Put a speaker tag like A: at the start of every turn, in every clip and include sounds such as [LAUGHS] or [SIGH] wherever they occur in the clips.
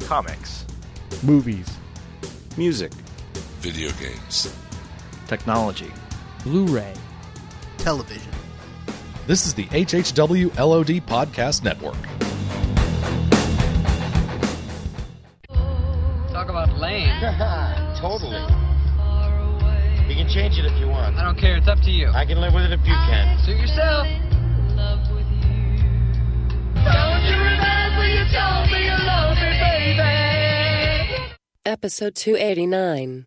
A: comics,
B: movies,
C: music,
D: video games,
E: technology,
F: Blu ray,
G: television.
H: This is the HHW LOD Podcast Network.
I: Talk about lame.
J: [LAUGHS] totally. You can change it if you want.
I: I don't care. It's up to you.
J: I can live with it if you can.
I: Suit yourself.
K: Episode 289.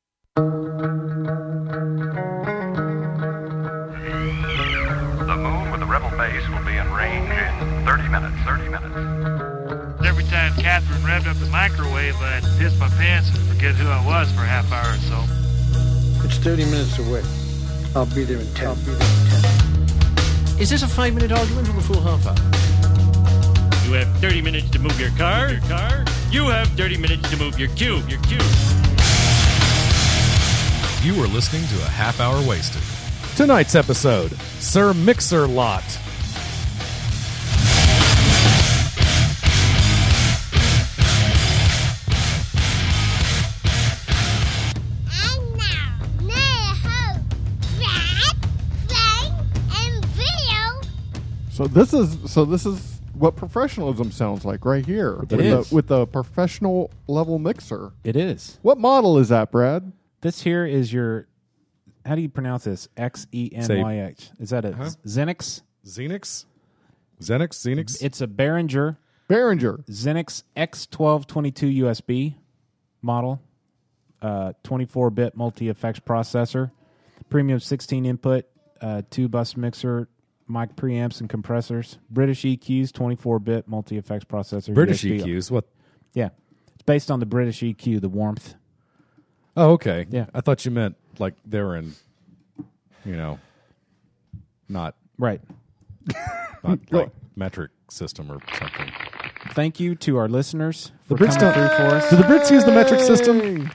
L: The moon with the rebel base will be in range in 30 minutes. 30 minutes.
M: Every time Catherine revved up the microwave, I'd piss my pants and forget who I was for a half hour or so.
N: It's 30 minutes away. I'll be there in 10. I'll be there
O: in 10. Is this a five minute argument or the full half hour?
P: You have 30 minutes to move your car. Your car. You have 30 minutes to move your cube. Your cube.
H: You are listening to a half hour wasted. Tonight's episode Sir Mixer Lot.
B: So this is so this is what professionalism sounds like right here
Q: It
B: with
Q: is.
B: The, with the professional level mixer.
Q: It is.
B: What model is that, Brad?
Q: This here is your. How do you pronounce this? X E N Y H. Is that a
H: Huh?
Q: Xenix?
H: Xenix? Xenix? Xenix?
Q: It's a Behringer
B: Behringer.
Q: Xenix X1222 USB model, uh, 24-bit multi-effects processor, premium 16 input, uh, two bus mixer, mic preamps and compressors, British E EQs, 24-bit multi-effects processor.
H: British E
Q: USB.
H: EQs. What?
Q: Yeah, it's based on the British EQ, the warmth.
H: Oh, okay.
Q: Yeah.
H: I thought you meant like they were in, you know, not
Q: Right.
H: [LAUGHS] not like metric system or something.
Q: Thank you to our listeners for
H: Brits don't-
Q: coming through for us.
H: Do the Brits use the metric system?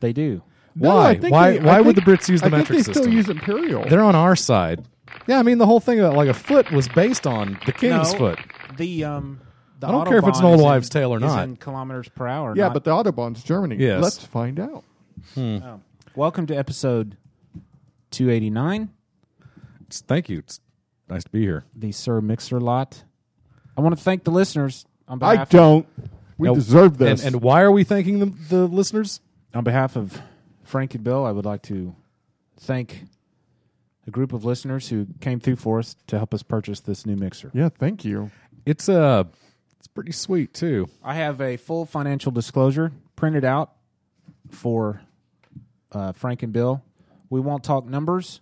Q: They do.
B: No,
H: why?
B: I think
H: why?
B: they- I
H: why would the
B: think-
H: Brits use the
B: I think
H: metric
B: they
H: system?
B: still use imperial.
H: They're on our side. Yeah, I mean the whole thing about like a foot was based on the king's
Q: No,
H: foot.
Q: The um. The
H: I don't care if it's an
Q: Autobahn
H: old
Q: is in-
H: wives' tale or
Q: is
H: not.
Q: in kilometers per hour.
B: yeah,
Q: not-
B: but the autobahn's Germany.
H: Yes.
B: Let's find out.
Q: welcome to episode 289,
H: It's- Thank you. It's nice to be here.
Q: the Sir Mixer lot. I want to thank the listeners on behalf.
B: I don't. We
H: Now,
B: deserve this.
H: And, and why are we thanking the, the listeners?
Q: on behalf of Frank and Bill. I would like to thank a group of listeners who came through for us to help us purchase this new mixer.
B: yeah, thank you.
H: It's uh, it's pretty sweet too.
Q: I have a full financial disclosure printed out for uh, Frank and Bill. We won't talk numbers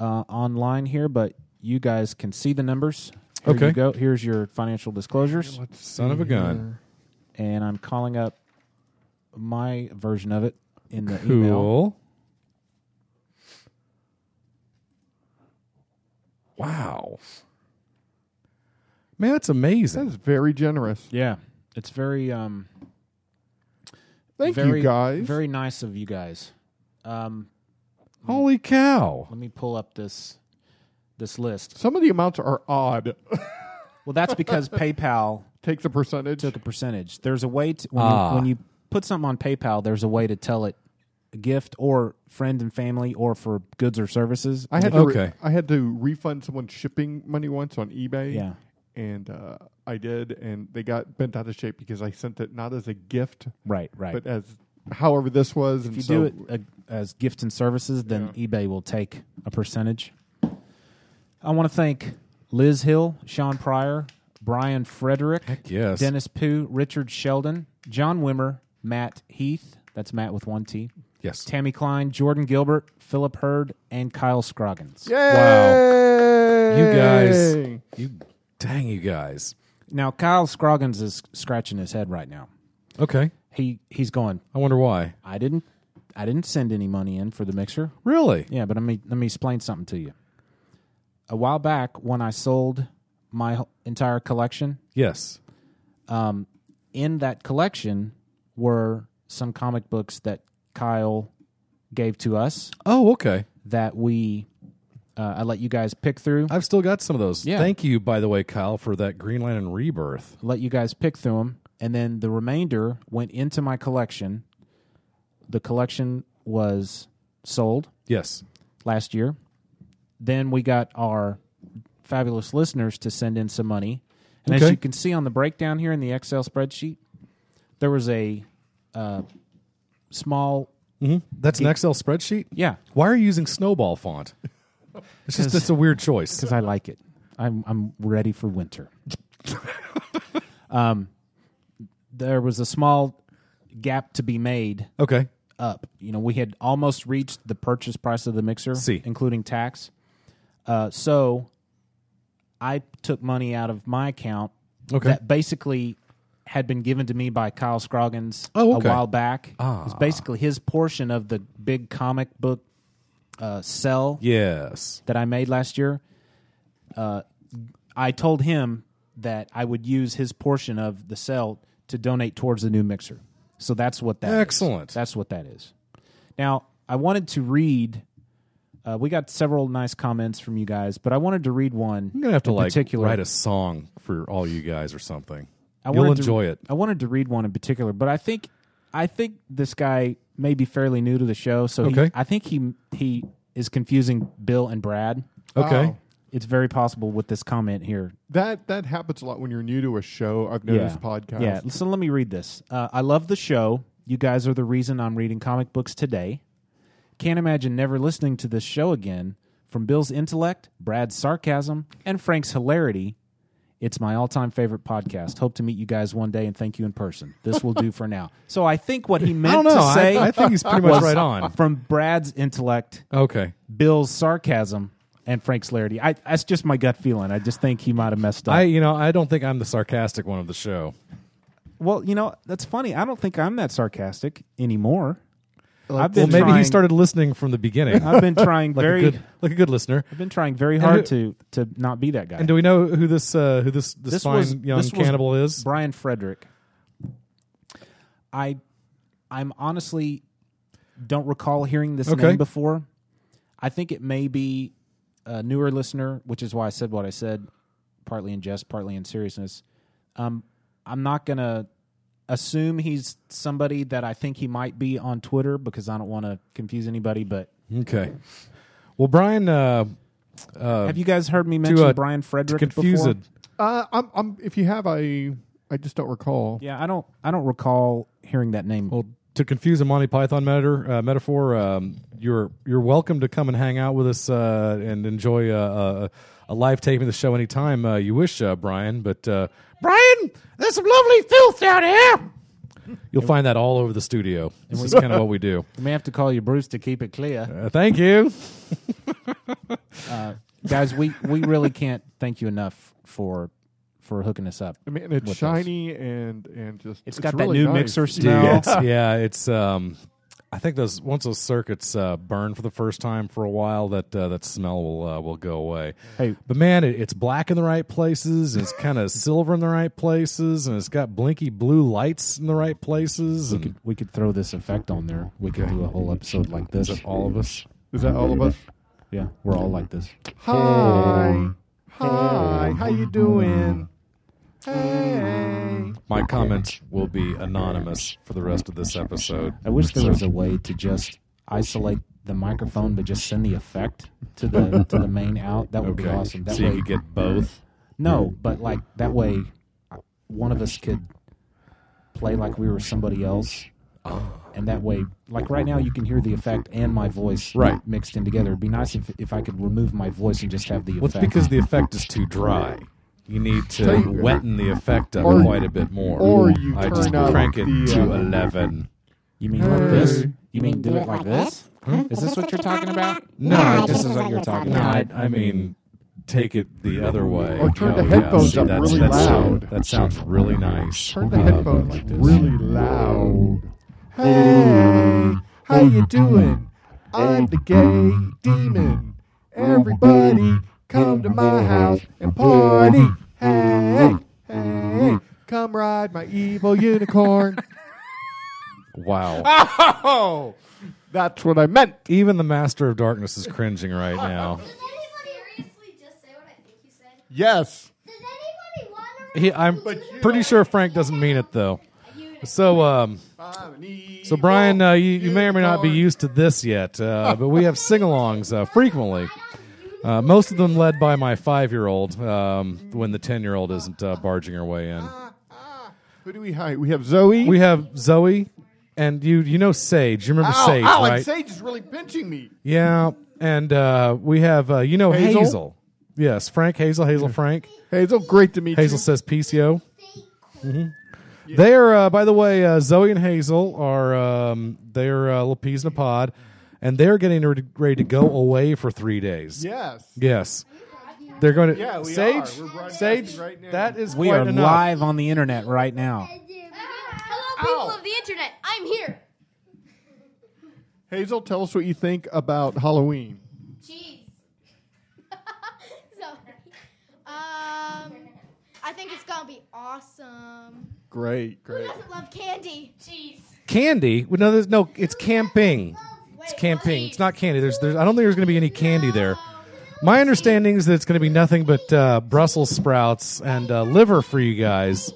Q: uh, online here, but you guys can see the numbers. Here
H: Okay.
Q: You go. Here's your financial disclosures,
H: Son of a gun.
Q: and I'm calling up my version of it in the email.
H: Cool. Wow. Man, that's amazing.
B: That's very generous.
Q: Yeah, it's very um,
B: Thank
Q: very,
B: you guys.
Q: Very nice of you guys. Um,
H: Holy cow.
Q: let me pull up this this list.
B: Some of the amounts are odd. [LAUGHS]
Q: Well, that's because PayPal
B: Takes a percentage.
Q: took a percentage. There's a way to when,
H: Ah.
Q: you, when you put something on PayPal, there's a way to tell it a gift or friend and family or for goods or services.
B: I had to re-
H: Okay.
B: I had to refund someone shipping money once on eBay.
Q: Yeah.
B: And uh, I did, and they got bent out of shape because I sent it not as a gift,
Q: right, right.
B: but um, as however this was.
Q: if you do it uh, as gifts and services, then eBay will take a percentage. I want to thank Liz Hill, Sean Pryor, Brian Frederick,
H: yes.
Q: Dennis Pooh, Richard Sheldon, John Wimmer, Matt Heath. That's Matt with one T.
H: Yes.
Q: Tammy Klein, Jordan Gilbert, Philip Hurd, and Kyle Scroggins.
H: Wow. You guys.
B: Yay!
H: You dang you guys.
Q: Now Kyle Scroggins is scratching his head right now.
H: Okay.
Q: He he's going.
H: I wonder why.
Q: I didn't I didn't send any money in for the mixer.
H: Really?
Q: Yeah, but let me let me explain something to you. A while back, when I sold my h- entire collection,
H: Yes.
Q: in that collection were some comic books that Kyle gave to us
H: Oh, okay.
Q: that we uh, I let you guys pick through.
H: I've still got some of those.
Q: Yeah.
H: Thank you, by the way, Kyle, for that Green Lantern rebirth.
Q: let you guys pick through them, and then the remainder went into my collection. The collection was sold.
H: Yes.
Q: Last year. Then we got our fabulous listeners to send in some money. And as
H: Okay.
Q: you can see on the breakdown here in the Excel spreadsheet, there was a uh, small.
H: That's an Excel spreadsheet.
Q: Yeah.
H: Why are you using snowball font? It's just it's a weird choice because
Q: I like it. I'm I'm ready for winter. um, there was a small gap to be made.
H: Okay.
Q: Up, you know, we had almost reached the purchase price of the mixer,
H: See.
Q: including tax. Uh, so I took money out of my account
H: Okay.
Q: that basically had been given to me by Kyle Scroggins
H: Oh, okay. Ah.
Q: a while back. It was basically his portion of the big comic book uh, sell
H: Yes.
Q: that I made last year. Uh, I told him that I would use his portion of the sell to donate towards the new mixer. So that's what that is.
H: Excellent.
Q: That's what that is. Now, I wanted to read. Uh, we got several nice comments from you guys, but I wanted to read one.
H: I'm gonna have to
Q: in
H: like
Q: particular.
H: write a song for all you guys or something.
Q: I
H: You'll
Q: wanted to-
H: enjoy it.
Q: I wanted to read one in particular, but I think I think this guy may be fairly new to the show, so he-
H: Okay.
Q: I think he he is confusing Bill and Brad.
B: Okay. Wow.
Q: it's very possible with this comment here.
B: That that happens a lot when you're new to a show. I've noticed podcasts.
Q: Yeah. So let me read this. Uh, I love the show. You guys are the reason I'm reading comic books today. Can't imagine never listening to this show again. From Bill's intellect, Brad's sarcasm, and Frank's hilarity, it's my all time favorite podcast. Hope to meet you guys one day and thank you in person. This will do
H: [LAUGHS]
Q: for now. So I think what he meant
H: don't know.
Q: to
H: I-
Q: say,
H: I think he's pretty much
Q: was
H: right on.
Q: From Brad's intellect,
H: Okay.
Q: Bill's sarcasm, and Frank's hilarity. I, that's just my gut feeling. I just think he might have messed up.
H: I you know I don't think I'm the sarcastic one of the show.
Q: Well, you know, that's funny. I don't think I'm that sarcastic anymore. I've
H: well,
Q: been
H: maybe he
Q: trying-
H: started listening from the beginning.
Q: I've been trying
H: [LAUGHS] like
Q: very-
H: a good, like a good listener.
Q: I've been trying very
H: And
Q: hard
H: who-
Q: to to not be that guy.
H: And do we know who this uh, who this this, fine young
Q: this was
H: cannibal is?
Q: Brian Frederick. I I'm honestly don't recall hearing this
H: Okay.
Q: name before. I think it may be a newer listener, which is why I said what I said, partly in jest, partly in seriousness. Um, I'm not gonna assume he's somebody that I think he might be on Twitter because I don't want to confuse anybody. But
H: Okay. Well, Brian. Uh, uh,
Q: have you guys heard me
H: to,
Q: mention
H: uh,
Q: Brian
H: to
Q: Frederick
H: confuse
Q: before?
H: it.
B: Uh, I'm, I'm, if you have, I I just don't recall.
Q: Yeah, I don't. I don't recall hearing that name. Well,
H: to confuse a Monty Python metaphor, uh, metaphor um, you're you're welcome to come and hang out with us uh, and enjoy a, a, a live taping of the show anytime uh, you wish, uh, Brian. But uh, Brian, there's some lovely filth down here. you'll find that all over the studio. This
Q: we-
H: is kind of what we do.
Q: We may have to call you Bruce to keep it clear.
H: [LAUGHS] Uh, thank you.
Q: uh, guys, we, we really can't thank you enough for for hooking us up.
B: I mean, and it's
Q: with us.
B: shiny and and just
Q: It's got that
B: really
Q: new
B: nice.
Q: mixer
H: Dude, it's- yeah, it's. Um, I think those once those circuits uh, burn for the first time for a while, that uh, that smell will uh, will go away.
Q: Hey.
H: but man, it, it's black in the right places, and it's
B: [LAUGHS]
H: kind of silver in the right places, and it's got blinky blue lights in the right places. And
Q: We could throw this effect on there. We could do a whole episode like this.
H: Is it all of us?
B: Is that all of us?
Q: Yeah, we're all like this.
B: Hi, hi, how you doing? Hey,
H: my comments will be anonymous for the rest of this episode.
Q: I wish there was a way to just isolate the microphone, but just send the effect to the to the main out. That would be
H: Okay.
Q: awesome. That
H: So you
Q: way,
H: could get both?
Q: No, but like that way, one of us could play like we were somebody else. And that way, like right now, you can hear the effect and my voice
H: Right.
Q: mixed in together. It'd be nice if, if I could remove my voice and just have the
H: Well, it's
Q: effect.
H: because the effect is too dry. You need
B: So
H: to
B: you-
H: wetten the effect up
B: Or-
H: quite a bit more.
B: or you
H: I just
B: turn up
H: crank it
B: the,
H: to
B: uh,
H: eleven.
Q: You mean like this? You mean do it like this? Hmm? Is this what you're talking about?
H: No,
Q: this is what you're talking
H: No, I,
Q: about.
H: I mean, take it the other way. Oh,
B: Or turn the
H: yeah,
B: headphones up
H: that's-
B: really
H: that
B: loud.
H: Sound, that sounds really nice.
B: turn the
H: I love that
B: headphones
H: like this.
B: really loud. Hey, how you doing? I'm the gay demon. Everybody, come to my house and party. Hey, hey, come ride my evil
H: [LAUGHS]
B: unicorn.
H: Wow.
B: Oh, that's what I meant.
H: Even the Master of Darkness is cringing right now.
B: Yes.
A: Does anybody want a
H: he, I'm pretty sure Frank doesn't mean it though. So, um, so Brian, uh, you, you may or may not be used to this yet, uh, but we have sing-alongs uh, frequently. Uh, most of them led by my five-year-old um, when the ten-year-old isn't uh, barging her way in.
B: Who do we hire? We have Zoe.
H: We have Zoe, and you you know Sage. You remember
B: ow,
H: Sage,
B: ow,
H: right?
B: and Sage is really pinching me.
H: Yeah, and uh, we have uh, you know Hazel?
B: Hazel?
H: Yes, Frank Hazel, [LAUGHS] Hazel Frank.
B: Hazel, great to meet
H: Hazel
B: you.
H: says PCO. hmm They are, uh, by the way, uh, Zoe and Hazel are um, they are uh, little peas in a pod, and they're getting re- ready to go away for three days.
B: Yes.
H: Yes, they're going to.
B: Yeah, we
H: Sage,
B: are. We're broadcasting
H: Sage,
B: right now.
H: that is
Q: We
H: quite
Q: are
H: enough.
Q: live on the internet right now.
A: Hello, people of the internet. I'm here.
B: Hazel, tell us what you think about Halloween.
A: Jeez. [LAUGHS] Sorry. Um, I think it's gonna be awesome.
B: Great,
A: Who
B: great.
A: doesn't love candy? Jeez.
H: Candy? Well, No, there's no. It's camping. It's camping. It's not candy. There's, there's. I don't think there's going to be any candy there. My understanding is that it's going to be nothing but uh, Brussels sprouts and uh, liver for you guys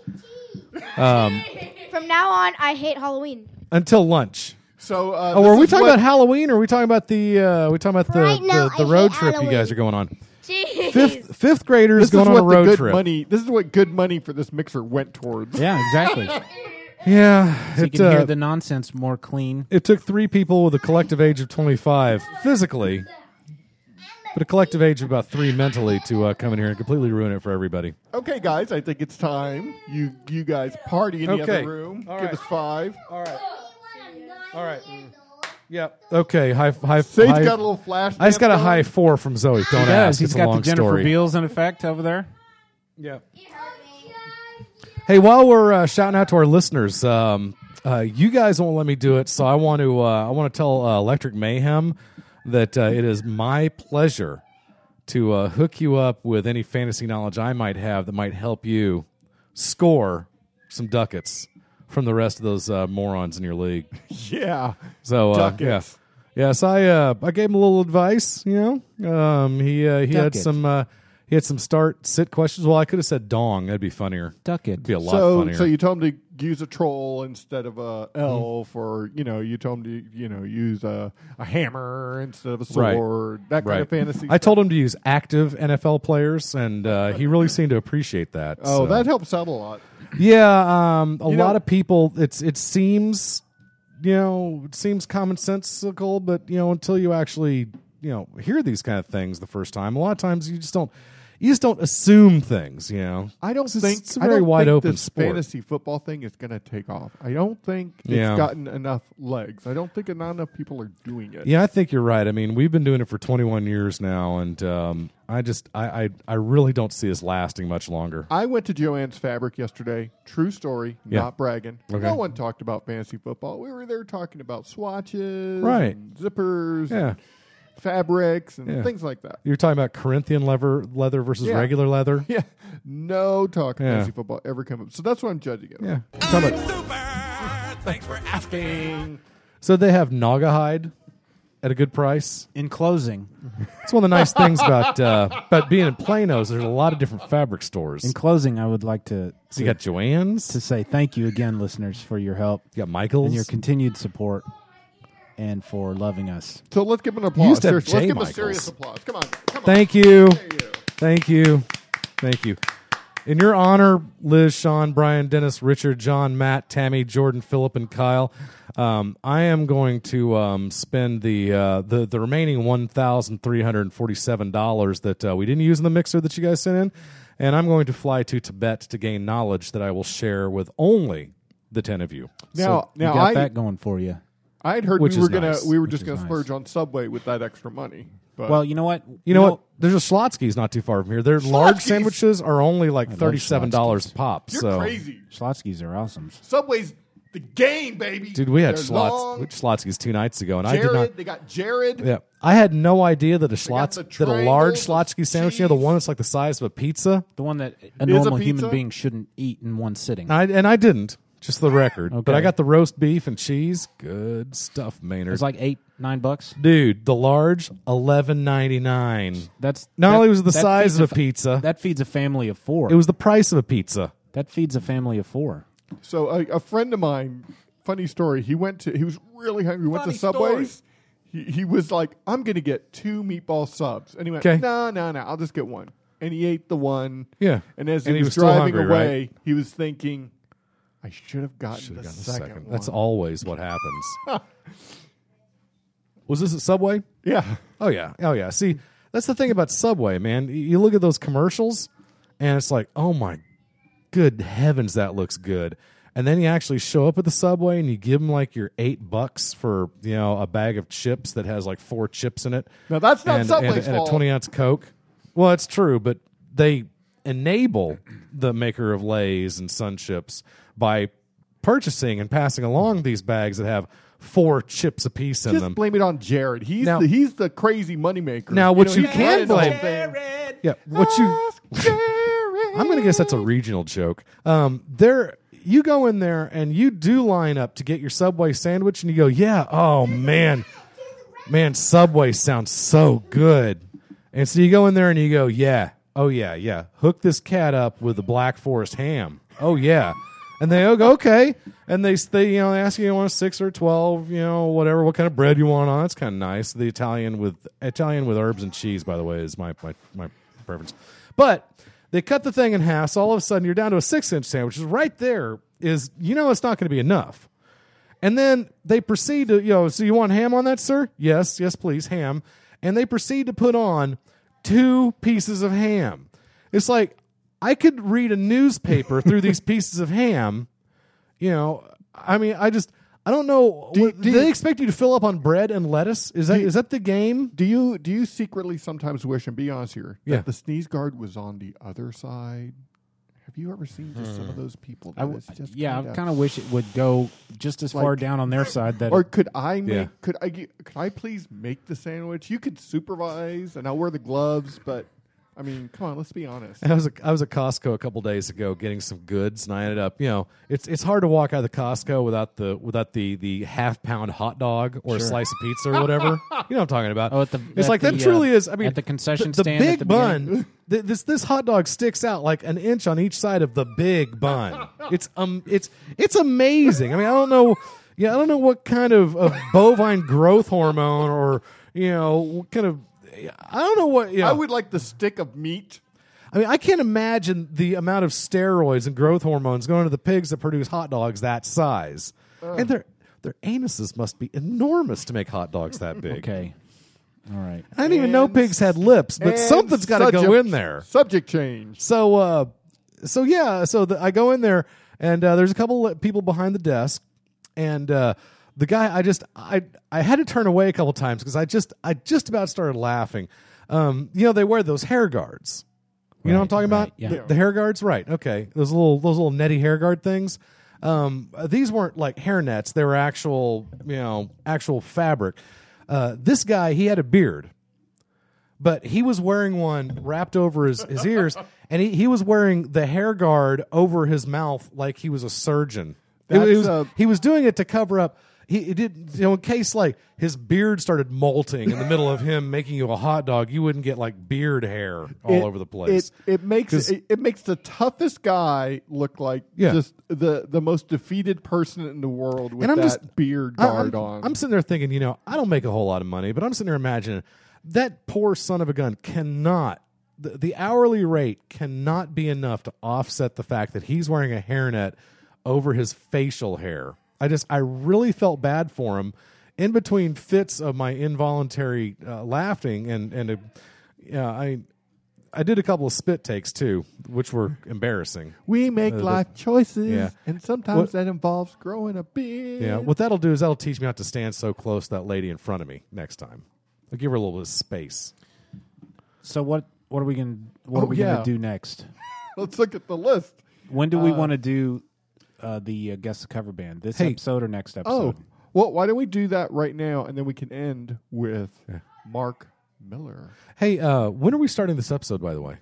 H: um,
A: From now on, I hate Halloween.
H: until lunch.
B: So, uh,
H: Oh, are
B: this
H: we
B: is
H: talking
B: what-
H: about Halloween? Or are we talking about the? Uh, are we talking about the
A: Right now,
H: the,
A: I
H: the road
A: hate
H: trip you guys
A: Halloween.
H: are going on?
A: Jeez.
H: Fifth fifth graders
B: This
H: going
B: is
H: on
B: what
H: a road
B: the good
H: trip.
B: money. This is what good money for this mixer went towards.
Q: Yeah, [LAUGHS] exactly.
H: Yeah,
Q: So you
H: it,
Q: can
H: uh,
Q: hear the nonsense more clean.
H: It took three people with a collective age of 25 physically, but a collective age of about three mentally to uh, come in here and completely ruin it for everybody.
B: Okay, guys, I think it's time you you guys party in the
H: Okay.
B: other room.
H: All
B: Give
H: right. Uh,
B: us five.
H: All right. All right. Yep. Okay. High high.
B: Sage
H: high-
B: got a little flash.
H: I just got a
B: dance
H: high
B: going.
H: four from Zoe. Don't
Q: He
H: ask.
Q: does. He's
H: it's a
Q: got
H: long
Q: the Jennifer
H: story.
Q: Beals in effect over there.
H: Yeah. Hey, while we're uh, shouting out to our listeners, um, uh, you guys won't let me do it, so I want to. Uh, I want to tell uh, Electric Mayhem that uh, it is my pleasure to uh, hook you up with any fantasy knowledge I might have that might help you score some ducats from the rest of those uh, morons in your league.
B: [LAUGHS] Yeah.
H: So uh, yeah,
B: Ducats.
H: yes, I uh, I gave him a little advice. You know, um, he uh, he had
Q: Ducket.
H: some uh, he had some start sit questions. Well, I could have said dong. That'd be funnier.
Q: Duck it.
H: It'd be a lot
B: So,
H: funnier. Mm-hmm.
B: so you told him to use a troll instead of a elf, or you know, you told him to you know use a, a hammer instead of a
H: Right.
B: sword. That kind of fantasy.
H: I told him to use active NFL players, and uh, he really seemed to appreciate that.
B: Oh,
H: so.
B: that helps out a lot.
H: Yeah, um, a
B: You
H: lot
B: know-
H: of people. It's it seems, you know, it seems commonsensical, but you know, until you actually you know hear these kind of things the first time, a lot of times you just don't. You just don't assume things, you know.
B: I don't
H: It's just-
B: think
H: it's a
B: I
H: very
B: don't
H: wide
B: think
H: open
B: this
H: sport.
B: fantasy football thing is going to take off. I don't think
H: Yeah.
B: it's gotten enough legs. I don't think not enough people are doing it.
H: Yeah, I think you're right. I mean, we've been doing it for 21 years now, and um, I just, I, I, I really don't see us lasting much longer.
B: I went to Joanne's Fabric yesterday. True story,
H: Yeah.
B: not bragging.
H: Okay.
B: No one talked about fantasy football. We were there talking about swatches,
H: Right.
B: and zippers,
H: Yeah.
B: and fabrics, and
H: Yeah.
B: things like that. [LAUGHS]
H: You're talking about Corinthian leather, leather versus
B: Yeah.
H: regular leather.
B: Yeah, no talk
H: Yeah.
B: fantasy football ever come up. So that's what I'm judging it.
H: Yeah.
B: Come on. Thanks for asking.
H: So they have Naga hide at a good price.
Q: In closing,
H: It's one of the nice things about uh, about being in Plano is there's a lot of different fabric stores.
Q: in closing, I would like to
H: So you got Joann's,
Q: to say thank you again, listeners, for your help
H: you got Michael's.
Q: and your continued support, and for loving us.
B: So let's give him an
H: You used
B: applause. Seriously,
H: to have
B: let's
H: J.
B: give him a serious
H: Michaels.
B: applause. Come on. Come on.
H: Thank you.
B: There you go.
H: Thank you. Thank you. In your honor, Liz, Sean, Brian, Dennis, Richard, John, Matt, Tammy, Jordan, Philip, and Kyle, um, I am going to um, spend the, uh, the the remaining one thousand three hundred forty seven dollars that uh, we didn't use in the mixer that you guys sent in, and I'm going to fly to Tibet to gain knowledge that I will share with only the ten of you.
B: Now,
Q: so
B: now
Q: you got
B: I
Q: that going for you.
B: I'd heard
H: Which
B: we were
H: is
B: gonna
H: nice.
B: we were
Q: Which
B: just
Q: is
B: gonna
Q: nice.
B: splurge on Subway with that extra money. But
Q: Well, you know what?
H: You know what? There's a Schlotsky's not too far from here. Their large
B: Schlotsky's?
H: sandwiches are only like
Q: love
H: thirty seven dollars
Q: Schlotsky's.
H: pop.
B: you're
H: so.
B: crazy.
Q: Schlotsky's are awesome.
B: Subway's the game, baby.
H: Dude, we had
B: They're
H: Schlotz,
B: long.
H: we had Schlotsky's two nights ago, and
B: Jared,
H: I did
B: they got Jared.
H: not. Yeah, I had no idea that a
B: got
H: Schlotz
B: the
H: that a large
B: triangles of
H: Schlotsky sandwich, you know, the
B: cheese.
H: one that's like the size of a pizza.
Q: The one that a
B: Is a
Q: normal human
B: pizza?
Q: being shouldn't eat in one sitting.
H: And I, and I didn't, just for the record. But I
Q: Okay.
H: got the roast beef and cheese. Good stuff, Maynard.
Q: There's like eight Nine bucks,
H: dude. The large, eleven ninety nine.
Q: That's
H: not
Q: that,
H: only was the
Q: that
H: size
Q: feeds
H: of a
Q: fa-
H: pizza.
Q: That feeds a family of four.
H: It was the price of a pizza.
Q: That feeds a family of four.
B: So a, a friend of mine, funny story. He went to he was really hungry. Went
C: Funny
B: to Subway's. He, he was like, I'm gonna get two meatball subs, and he went,
H: 'Kay.
B: No, no, no, I'll just get one. And he ate the one.
H: Yeah.
B: And as
H: And
B: he,
H: he was
B: was,
H: still
B: driving
H: hungry,
B: away,
H: right?
B: he was thinking, I should have gotten, the, second, one.
H: That's always what
B: [LAUGHS]
H: happens. was this at Subway?
B: Yeah.
H: Oh yeah. Oh yeah. See, that's the thing about Subway, man. Y- You look at those commercials, and it's like, oh my, good heavens, that looks good. And then you actually show up at the Subway and you give them like your eight bucks for you know a bag of chips that has like four chips in it.
B: Now, that's not
H: and,
B: Subway's
H: and, and
B: fault.
H: a twenty ounce Coke. Well, it's true, but they enable the maker of Lay's and Sun Chips by purchasing and passing along these bags that have four chips apiece in
B: Just
H: them.
B: blame it on Jared. He's
H: Now-
B: the he's the crazy moneymaker.
H: Now, what you
B: he
H: can
B: started the
H: blame-
B: whole thing.
H: Yeah, what you? I'm gonna guess that's a regional joke. Um, there, you go in there and you do line up to get your Subway sandwich, and you go, yeah, oh man, man, Subway sounds so good. And so you go in there and you go, yeah, oh yeah, yeah, hook this cat up with the Black Forest ham. Oh yeah. And they go okay, and they they you know they ask you, you want a six or twelve, you know whatever, what kind of bread you want on. It's kind of nice. The Italian with Italian with herbs and cheese, by the way, is my my, my preference. But they cut the thing in half, so all of a sudden you're down to a six inch sandwich. Right there is you know it's not going to be enough. And then they proceed to, you know, so you want ham on that, sir? Yes, yes, please, ham. And they proceed to put on two pieces of ham. It's like I could read a newspaper
B: [LAUGHS]
H: through these pieces of ham. You know, I mean, I just I don't know.
B: Do you-
H: what,
B: do
H: do
B: you-
H: they expect you to fill up on bread and lettuce? Is that
B: Do you-
H: is that the game?
B: Do you do you secretly sometimes wish and be honest here that
H: Yeah.
B: the sneeze guard was on the other side? Have you ever seen just some of those people?
Q: Hmm. I
B: that
Q: w-
B: is just
Q: yeah, I
B: kinda-
Q: kind of wish it would go just as far
B: Like-
Q: down on their side that
B: Or could I make?
Q: Yeah.
B: Could I? get- Could I please make the sandwich? You could supervise, and I'll wear the gloves. But I mean, come on, let's be honest.
H: And I was at, I was at Costco a couple days ago getting some goods, and I ended up you know it's it's hard to walk out of the Costco without the without the the half pound hot dog or a
Q: Sure.
H: slice of pizza or
Q: [LAUGHS]
H: whatever. you know what I'm talking about?
Q: Oh, at the-
H: it's
Q: at
H: like that
Q: the, uh,
H: truly is. I mean,
Q: at the concession
H: the,
Q: stand at
H: big
Q: the
H: bun.
Q: beginning.
H: th- this this hot dog sticks out like an inch on each side of the big
Q: [LAUGHS]
H: bun. It's um it's it's amazing. I mean, I don't know. Yeah, I don't know what kind of, of bovine growth hormone or you know what kind of. I don't know what. You know,
B: I would like the stick of meat.
H: I mean, I can't imagine the amount of steroids and growth hormones going to the pigs that produce hot dogs that size. And their their anuses must be enormous to make hot dogs that big.
Q: okay, all right.
H: I didn't even know pigs had lips, but
B: And
H: something's got to go
B: subject-
H: in there.
B: Subject change.
H: So, uh, so yeah, so the, I go in there, and uh, there's a couple of people behind the desk, and uh, the guy, I just, I, I had to turn away a couple times because I just, I just about started laughing. Um, you know, they wear those hair guards. You know what I'm talking
Q: right,
H: about?
Q: yeah.
H: The, the hair guards, right? Okay, those little, those little netty hair guard things. Um, uh, these weren't like hair nets; they were actual, you know, actual fabric. Uh, this guy, he had a beard but he was wearing one wrapped over his, his
B: [LAUGHS]
H: ears and he, he was wearing the hair guard over his mouth like he was a surgeon It- it
B: That's,
H: was-
B: uh,
H: he was doing it to cover up he it did you know in case like his beard started molting in the middle of him making you a hot dog you wouldn't get like beard hair all
B: It-
H: over the place
B: It, it makes
H: 'Cause-
B: it, it makes the toughest guy look like
H: Yeah.
B: just the the most defeated person in the world with
H: And I'm
B: that
H: just-
B: beard
H: I-
B: guard
H: I'm,
B: on.
H: I'm sitting there thinking, you know, I don't make a whole lot of money, but I'm sitting there imagining that poor son of a gun cannot. The, the hourly rate cannot be enough to offset the fact that he's wearing a hairnet over his facial hair. I just, I really felt bad for him. In between fits of my involuntary uh, laughing and and uh, yeah, I I did a couple of spit takes too, which were embarrassing.
B: we make
H: Uh, but-
B: life choices,
H: yeah.
B: and sometimes
H: What-
B: that involves growing a beard. [LAUGHS]
H: Yeah, what that'll do is that'll teach me not to stand so close to that lady in front of me next time. I'll give her a little bit of space.
Q: So what what are we gonna what
B: Oh,
Q: are we
B: yeah.
Q: gonna do next?
B: Let's look at the list.
Q: When do we
B: Uh,
Q: want to do uh, the uh, guess the cover band? This
H: Hey.
Q: episode or next
B: Oh,
Q: episode?
B: well, why don't we do that right now, and then we can end with Mark Miller.
H: Hey, uh, when are we starting this episode, by the way?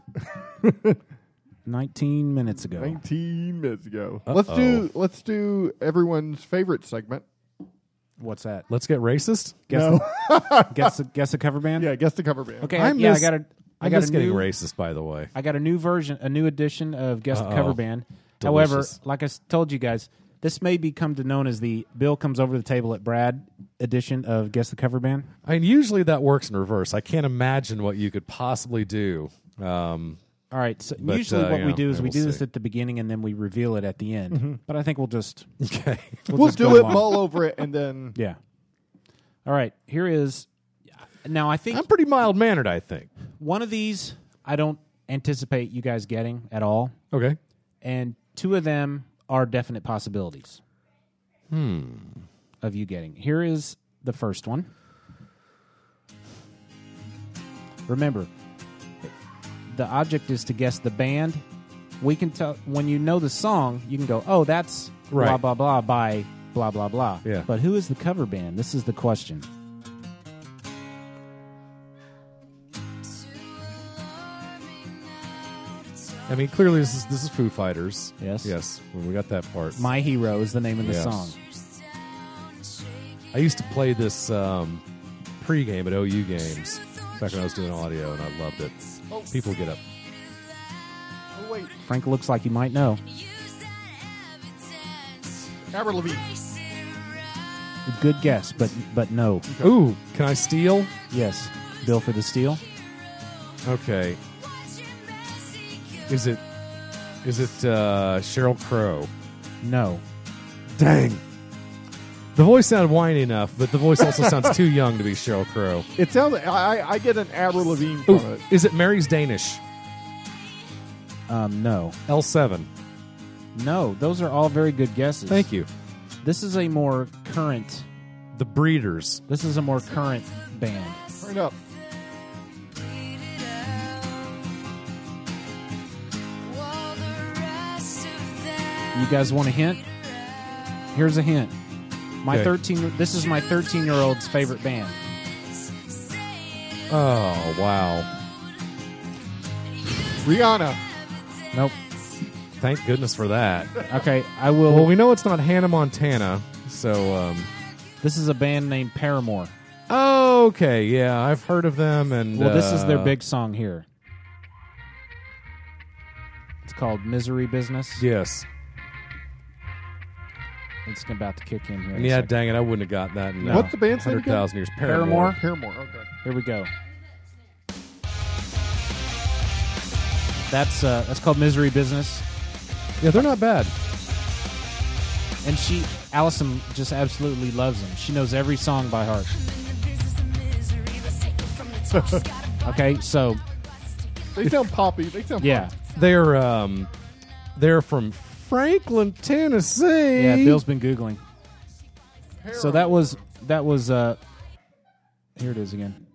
Q: Nineteen minutes
H: Oh.
Q: ago.
B: Nineteen minutes ago. Let's do let's do everyone's favorite segment.
Q: What's that?
H: Let's get racist.
Q: Guess
B: [LAUGHS] No.
Q: the, guess the, guess the cover band.
B: Yeah, guess the cover band.
Q: Okay,
H: I
Q: yeah,
H: miss-
Q: I got a. I
H: I
Q: got
H: guess
Q: a
H: getting
Q: new,
H: racist, by the way.
Q: I got a new version, a new edition of Guess the
H: Uh-oh.
Q: Cover Band. However,
H: Delicious.
Q: like I s- told you guys, this may become to known as the Bill comes over the table at Brad edition of Guess the Cover Band.
H: I mean, usually that works in reverse. I can't imagine what you could possibly do. Um,
Q: All right. So
H: But,
Q: usually,
H: uh,
Q: what
H: you
Q: we
H: know,
Q: do is
H: yeah,
Q: we
H: we'll
Q: do this
H: see.
Q: at the beginning and then we reveal it at the end. But I think we'll just
H: okay.
Q: we'll,
B: We'll
Q: just go
B: do it,
Q: along.
B: mull over it, and then [LAUGHS]
Q: Yeah. All right. Here is. Now I think
H: I'm pretty mild mannered, I think.
Q: one of these I don't anticipate you guys getting at all,
H: Okay.
Q: and two of them are definite possibilities. Hmm. Of you getting. Here is the first one. Remember, the object is to guess the band. We can tell when you know the song, you can go, "Oh, that's blah
H: Right.
Q: blah blah by blah blah blah."
H: Yeah.
Q: But who is the cover band? This is the question.
H: I mean, clearly this is this is Foo Fighters.
Q: Yes.
H: Yes. We got that part.
Q: My Hero is the name of the
H: Yes.
Q: song.
H: I used to play this um, pregame at OU games back when I was doing audio, and I loved it. People get up.
B: oh wait,
Q: Frank looks like you might know.
B: Avril Lavigne.
Q: Good guess, but but no.
H: Ooh, can I steal?
Q: Yes, Bill for the steal.
H: Okay. Is it is it uh, Cheryl Crow?
Q: No.
H: Dang. The voice sounded whiny enough, but the voice also sounds too young to be Cheryl Crow.
B: It sounds. I I- I get an Avril Lavigne from
H: Ooh,
B: it.
H: is it Mary's Danish?
Q: Um, no.
H: L7.
Q: No. Those are all very good guesses.
H: Thank you.
Q: This is a more current.
H: The Breeders.
Q: This is a more current band.
B: Turn it up.
Q: You guys want a hint? Here's a hint. My
H: Okay.
Q: 13 this is my 13-year-old's favorite band.
H: Oh, wow.
B: Rihanna.
Q: Nope.
H: Thank goodness for that.
Q: Okay, I will
H: Well, we know it's not Hannah Montana, so um,
Q: This is a band named Paramore.
H: okay, yeah, I've heard of them, and
Q: Well, this is their
H: uh,
Q: big song here. It's called Misery Business.
H: yes.
Q: It's about to kick in here. in a
H: Yeah,
Q: second.
H: dang it, I wouldn't have got that. In, uh,
Q: No. What
B: the band's name
H: Hundred
B: again?
H: thousand years.
Q: Paramore?
H: Paramore.
B: Paramore. Okay.
Q: Here we go. That's uh, that's called Misery Business,
H: Yeah, they're not bad.
Q: and she Allison just absolutely loves them. She knows every song by heart. [LAUGHS] Okay, so [LAUGHS]
B: They sound poppy. They sound
Q: yeah,
H: They're um, they're from Franklin, Tennessee.
Q: yeah. Bill's been googling.
B: Paramore.
Q: So that was that was uh, here it is again.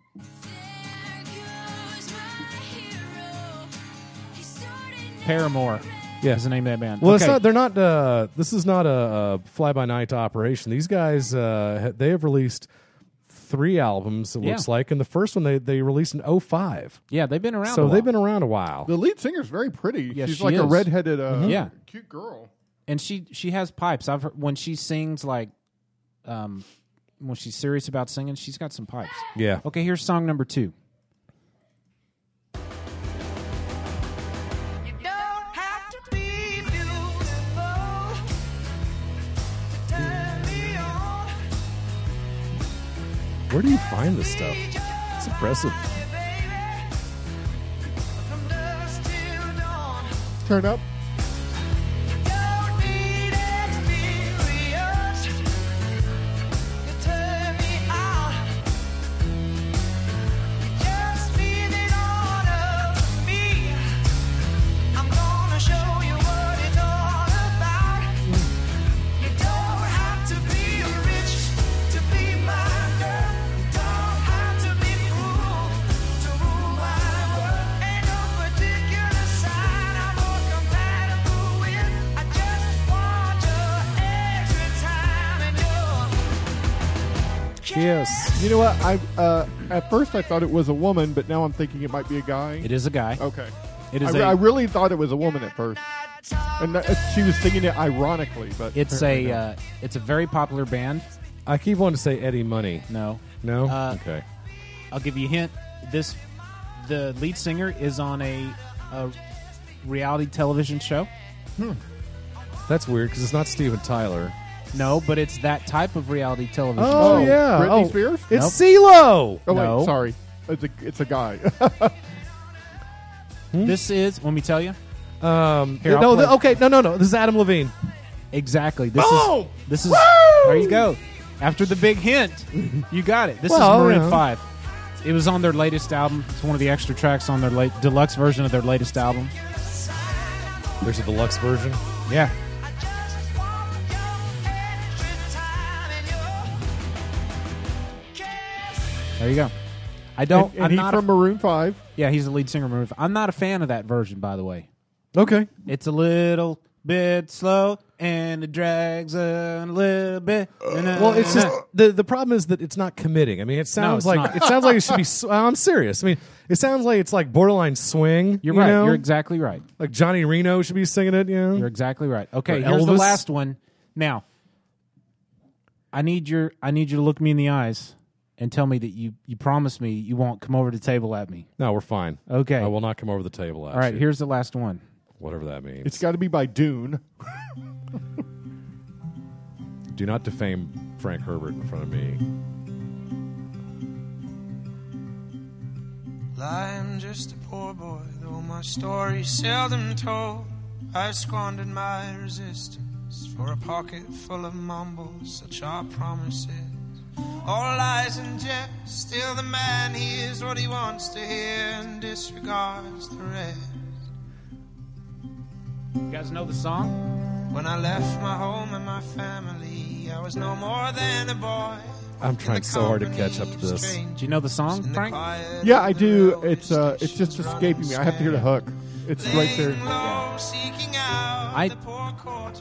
Q: Paramore
H: Yeah.
Q: is the name of that band.
H: Well, it's
Q: Okay.
H: not, they're not. Uh, this is not a, a fly by night operation. These guys, uh, ha- they have released three albums. It looks
Q: Yeah.
H: like, and the first one they they released in 05.
Q: yeah, they've been around.
H: So
Q: a
H: they've
Q: while.
H: been around a while.
B: The lead singer's very pretty.
Q: Yes,
B: She's
Q: she
B: like a
Q: is.
B: redheaded, uh,
Q: Mhm. Yeah.
B: cute girl.
Q: and she she has pipes. I've heard, when she sings like, um, when she's serious about singing, she's got some pipes.
H: Yeah.
Q: Okay, here's song number two.
H: Where do you find this stuff? It's impressive.
B: Turn up.
H: Yes.
B: You know what? I uh, at first I thought it was a woman, but now I'm thinking it might be a guy.
Q: It is a guy.
B: Okay.
Q: It
B: Oh, I
Q: is
B: re-
Q: a
B: I really thought it was a woman at first, uh, and that- she was singing it ironically. But
Q: it's a
B: apparently
Q: uh, it's a very popular band.
H: I keep wanting to say Eddie Money.
Q: No. Uh,
H: No? okay.
Q: I'll give you a hint. This, the lead singer is on a, a reality television show.
H: Hmm. That's weird because it's not Steven Tyler.
Q: No, but it's that type of reality television.
H: Oh,
Q: show.
H: yeah.
B: Britney
H: oh,
B: Spears?
H: It's
B: Oh,
H: CeeLo.
Q: uh, No.
B: wait, sorry. It's a, it's a guy.
Q: This is. Let me tell you.
H: Um,
Q: Here, I'll
H: no,
Q: play-
H: th- okay, no, no, no. This is Adam Levine.
Q: Exactly. This
H: Boom!
Q: is. This is. There you go. After the big hint, you got it. This
H: Well,
Q: is Maroon
H: you know.
Q: Five. It was on their latest album. It's one of the extra tracks on their late deluxe version of their latest album.
H: There's a deluxe version.
Q: Yeah. There you go. I don't.
B: And, [LAUGHS] and
Q: I'm
B: he's
Q: not.
B: from
Q: a,
B: Maroon Five.
Q: yeah, he's the lead singer. of Maroon 5. I'm not a fan of that version, by the way.
H: Okay.
Q: It's a little bit slow and it drags a little bit.
H: Well, it's just the the problem is that it's not committing. I mean, it sounds
Q: it's
H: like
Q: not.
H: it sounds like it
Q: [LAUGHS]
H: should be. s- uh, I'm serious. I mean, it sounds like it's like borderline swing.
Q: You're
H: you
Q: right.
H: know?
Q: You're exactly right.
H: like Johnny Reno should be singing it. You know,
Q: You're exactly right. Okay,
H: Or
Q: here's the
H: Elvis?
Q: last one. Now, I need your I need you to look me in the eyes and tell me that you you promise me you won't come over the table at me.
H: no, we're fine.
Q: Okay.
H: I will not come over the table. At
Q: All right,
H: you,
Q: here's the last one.
H: whatever that means.
B: It's got to be by Dune.
H: Do not defame Frank Herbert in front of me.
C: I'm just a poor boy, though my story's seldom told. I've squandered my resistance for a pocket full of mumbles, such are promises. All lies and jest, still the man hears what he wants to hear and disregards the rest.
Q: You guys know the song?
C: When I left my home and my family, I was no more than a boy.
H: I'm trying so hard to catch up to this.
Q: Do you know the song, Frank?
B: Yeah, I do. It's uh, it's just escaping me. I have to hear the hook. It's right there.
Q: I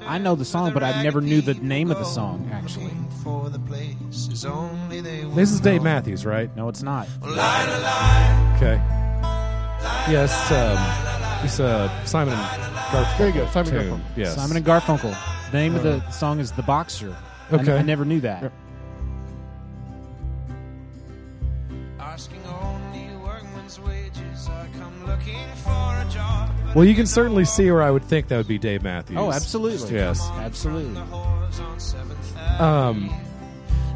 Q: I know the song, but I never knew the name of the song actually.
C: For the place is only they
H: This is Dave Matthews, right?
Q: No, it's not.
H: Okay. Yes. um, it's uh, Simon and Garfunkel.
B: There you go, Simon
H: tune.
B: Garfunkel.
H: Yes.
Q: Simon and Garfunkel. The name of the song is The Boxer. I-
H: Uh, Okay.
Q: I, never knew that.
C: asking only workman's wages. I come looking for a job.
H: Well, you can certainly see where I would think that would be Dave Matthews.
Q: Oh, absolutely.
H: Yes.
Q: Absolutely.
H: Um,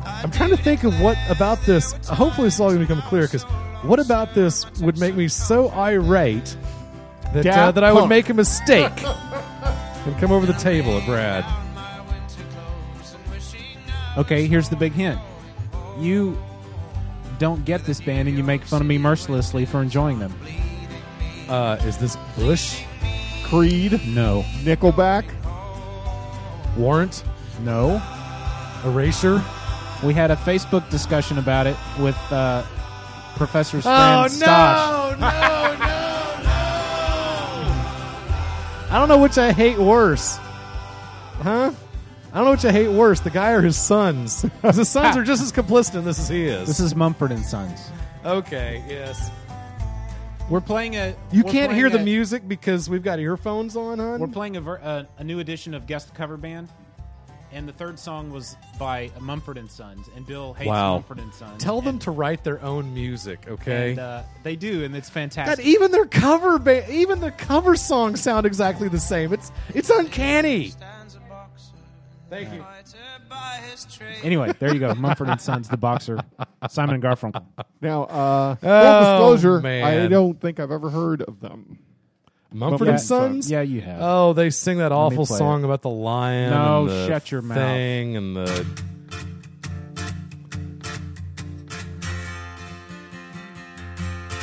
H: I'm trying to think of what about this. Hopefully, it's all going to become clear. Because what about this would make me so irate that uh,
B: Daft
H: that I would
B: Punk.
H: make a mistake and come over the table at Brad.
Q: Okay, here's the big hint. You don't get this band and you make fun of me mercilessly for enjoying them.
H: Uh, is this Bush
B: Creed,
Q: No.
B: Nickelback.
H: warrant
Q: No.
H: erasure?
Q: We had a Facebook discussion about it with uh, Professor's
H: Oh no!
Q: friend Stosh.
H: No! No! I don't know which I hate worse, huh? I don't know which I hate worse: the guy or his sons. [LAUGHS] 'Cause his sons are just as complicit in this as he is.
Q: This is Mumford and Sons.
H: okay. Yes.
Q: We're playing a.
H: You
Q: we're
H: can't
Q: playing
H: hear the
Q: a-
H: music because we've got earphones on, hon.
Q: We're playing a, ver- a, a new edition of Guest the Cover Band, and the third song was by Mumford and Sons, and Bill hates
H: Wow.
Q: Mumford and Sons.
H: Tell them
Q: and-
H: to write their own music, okay?
Q: And, uh, they do, and it's
H: God,
Q: fantastic.
H: even their cover, ba- even the cover songs sound exactly the same. It's it's uncanny.
C: Stands a boxer,
H: Thank you.
C: fighter by his trade.
Q: Anyway, there you go. Mumford and Sons, The Boxer, Simon and Garfunkel. Oh,
B: Now, uh, full disclosure, I
H: man.
B: don't think I've ever heard of them.
H: Mumford
B: Yeah.
H: and Sons.
Q: Yeah, you have.
B: Uh,
H: Oh, they sing that awful
Q: play
H: song about the lion.
Q: No,
H: and the
Q: shut your mouth.
H: thing And the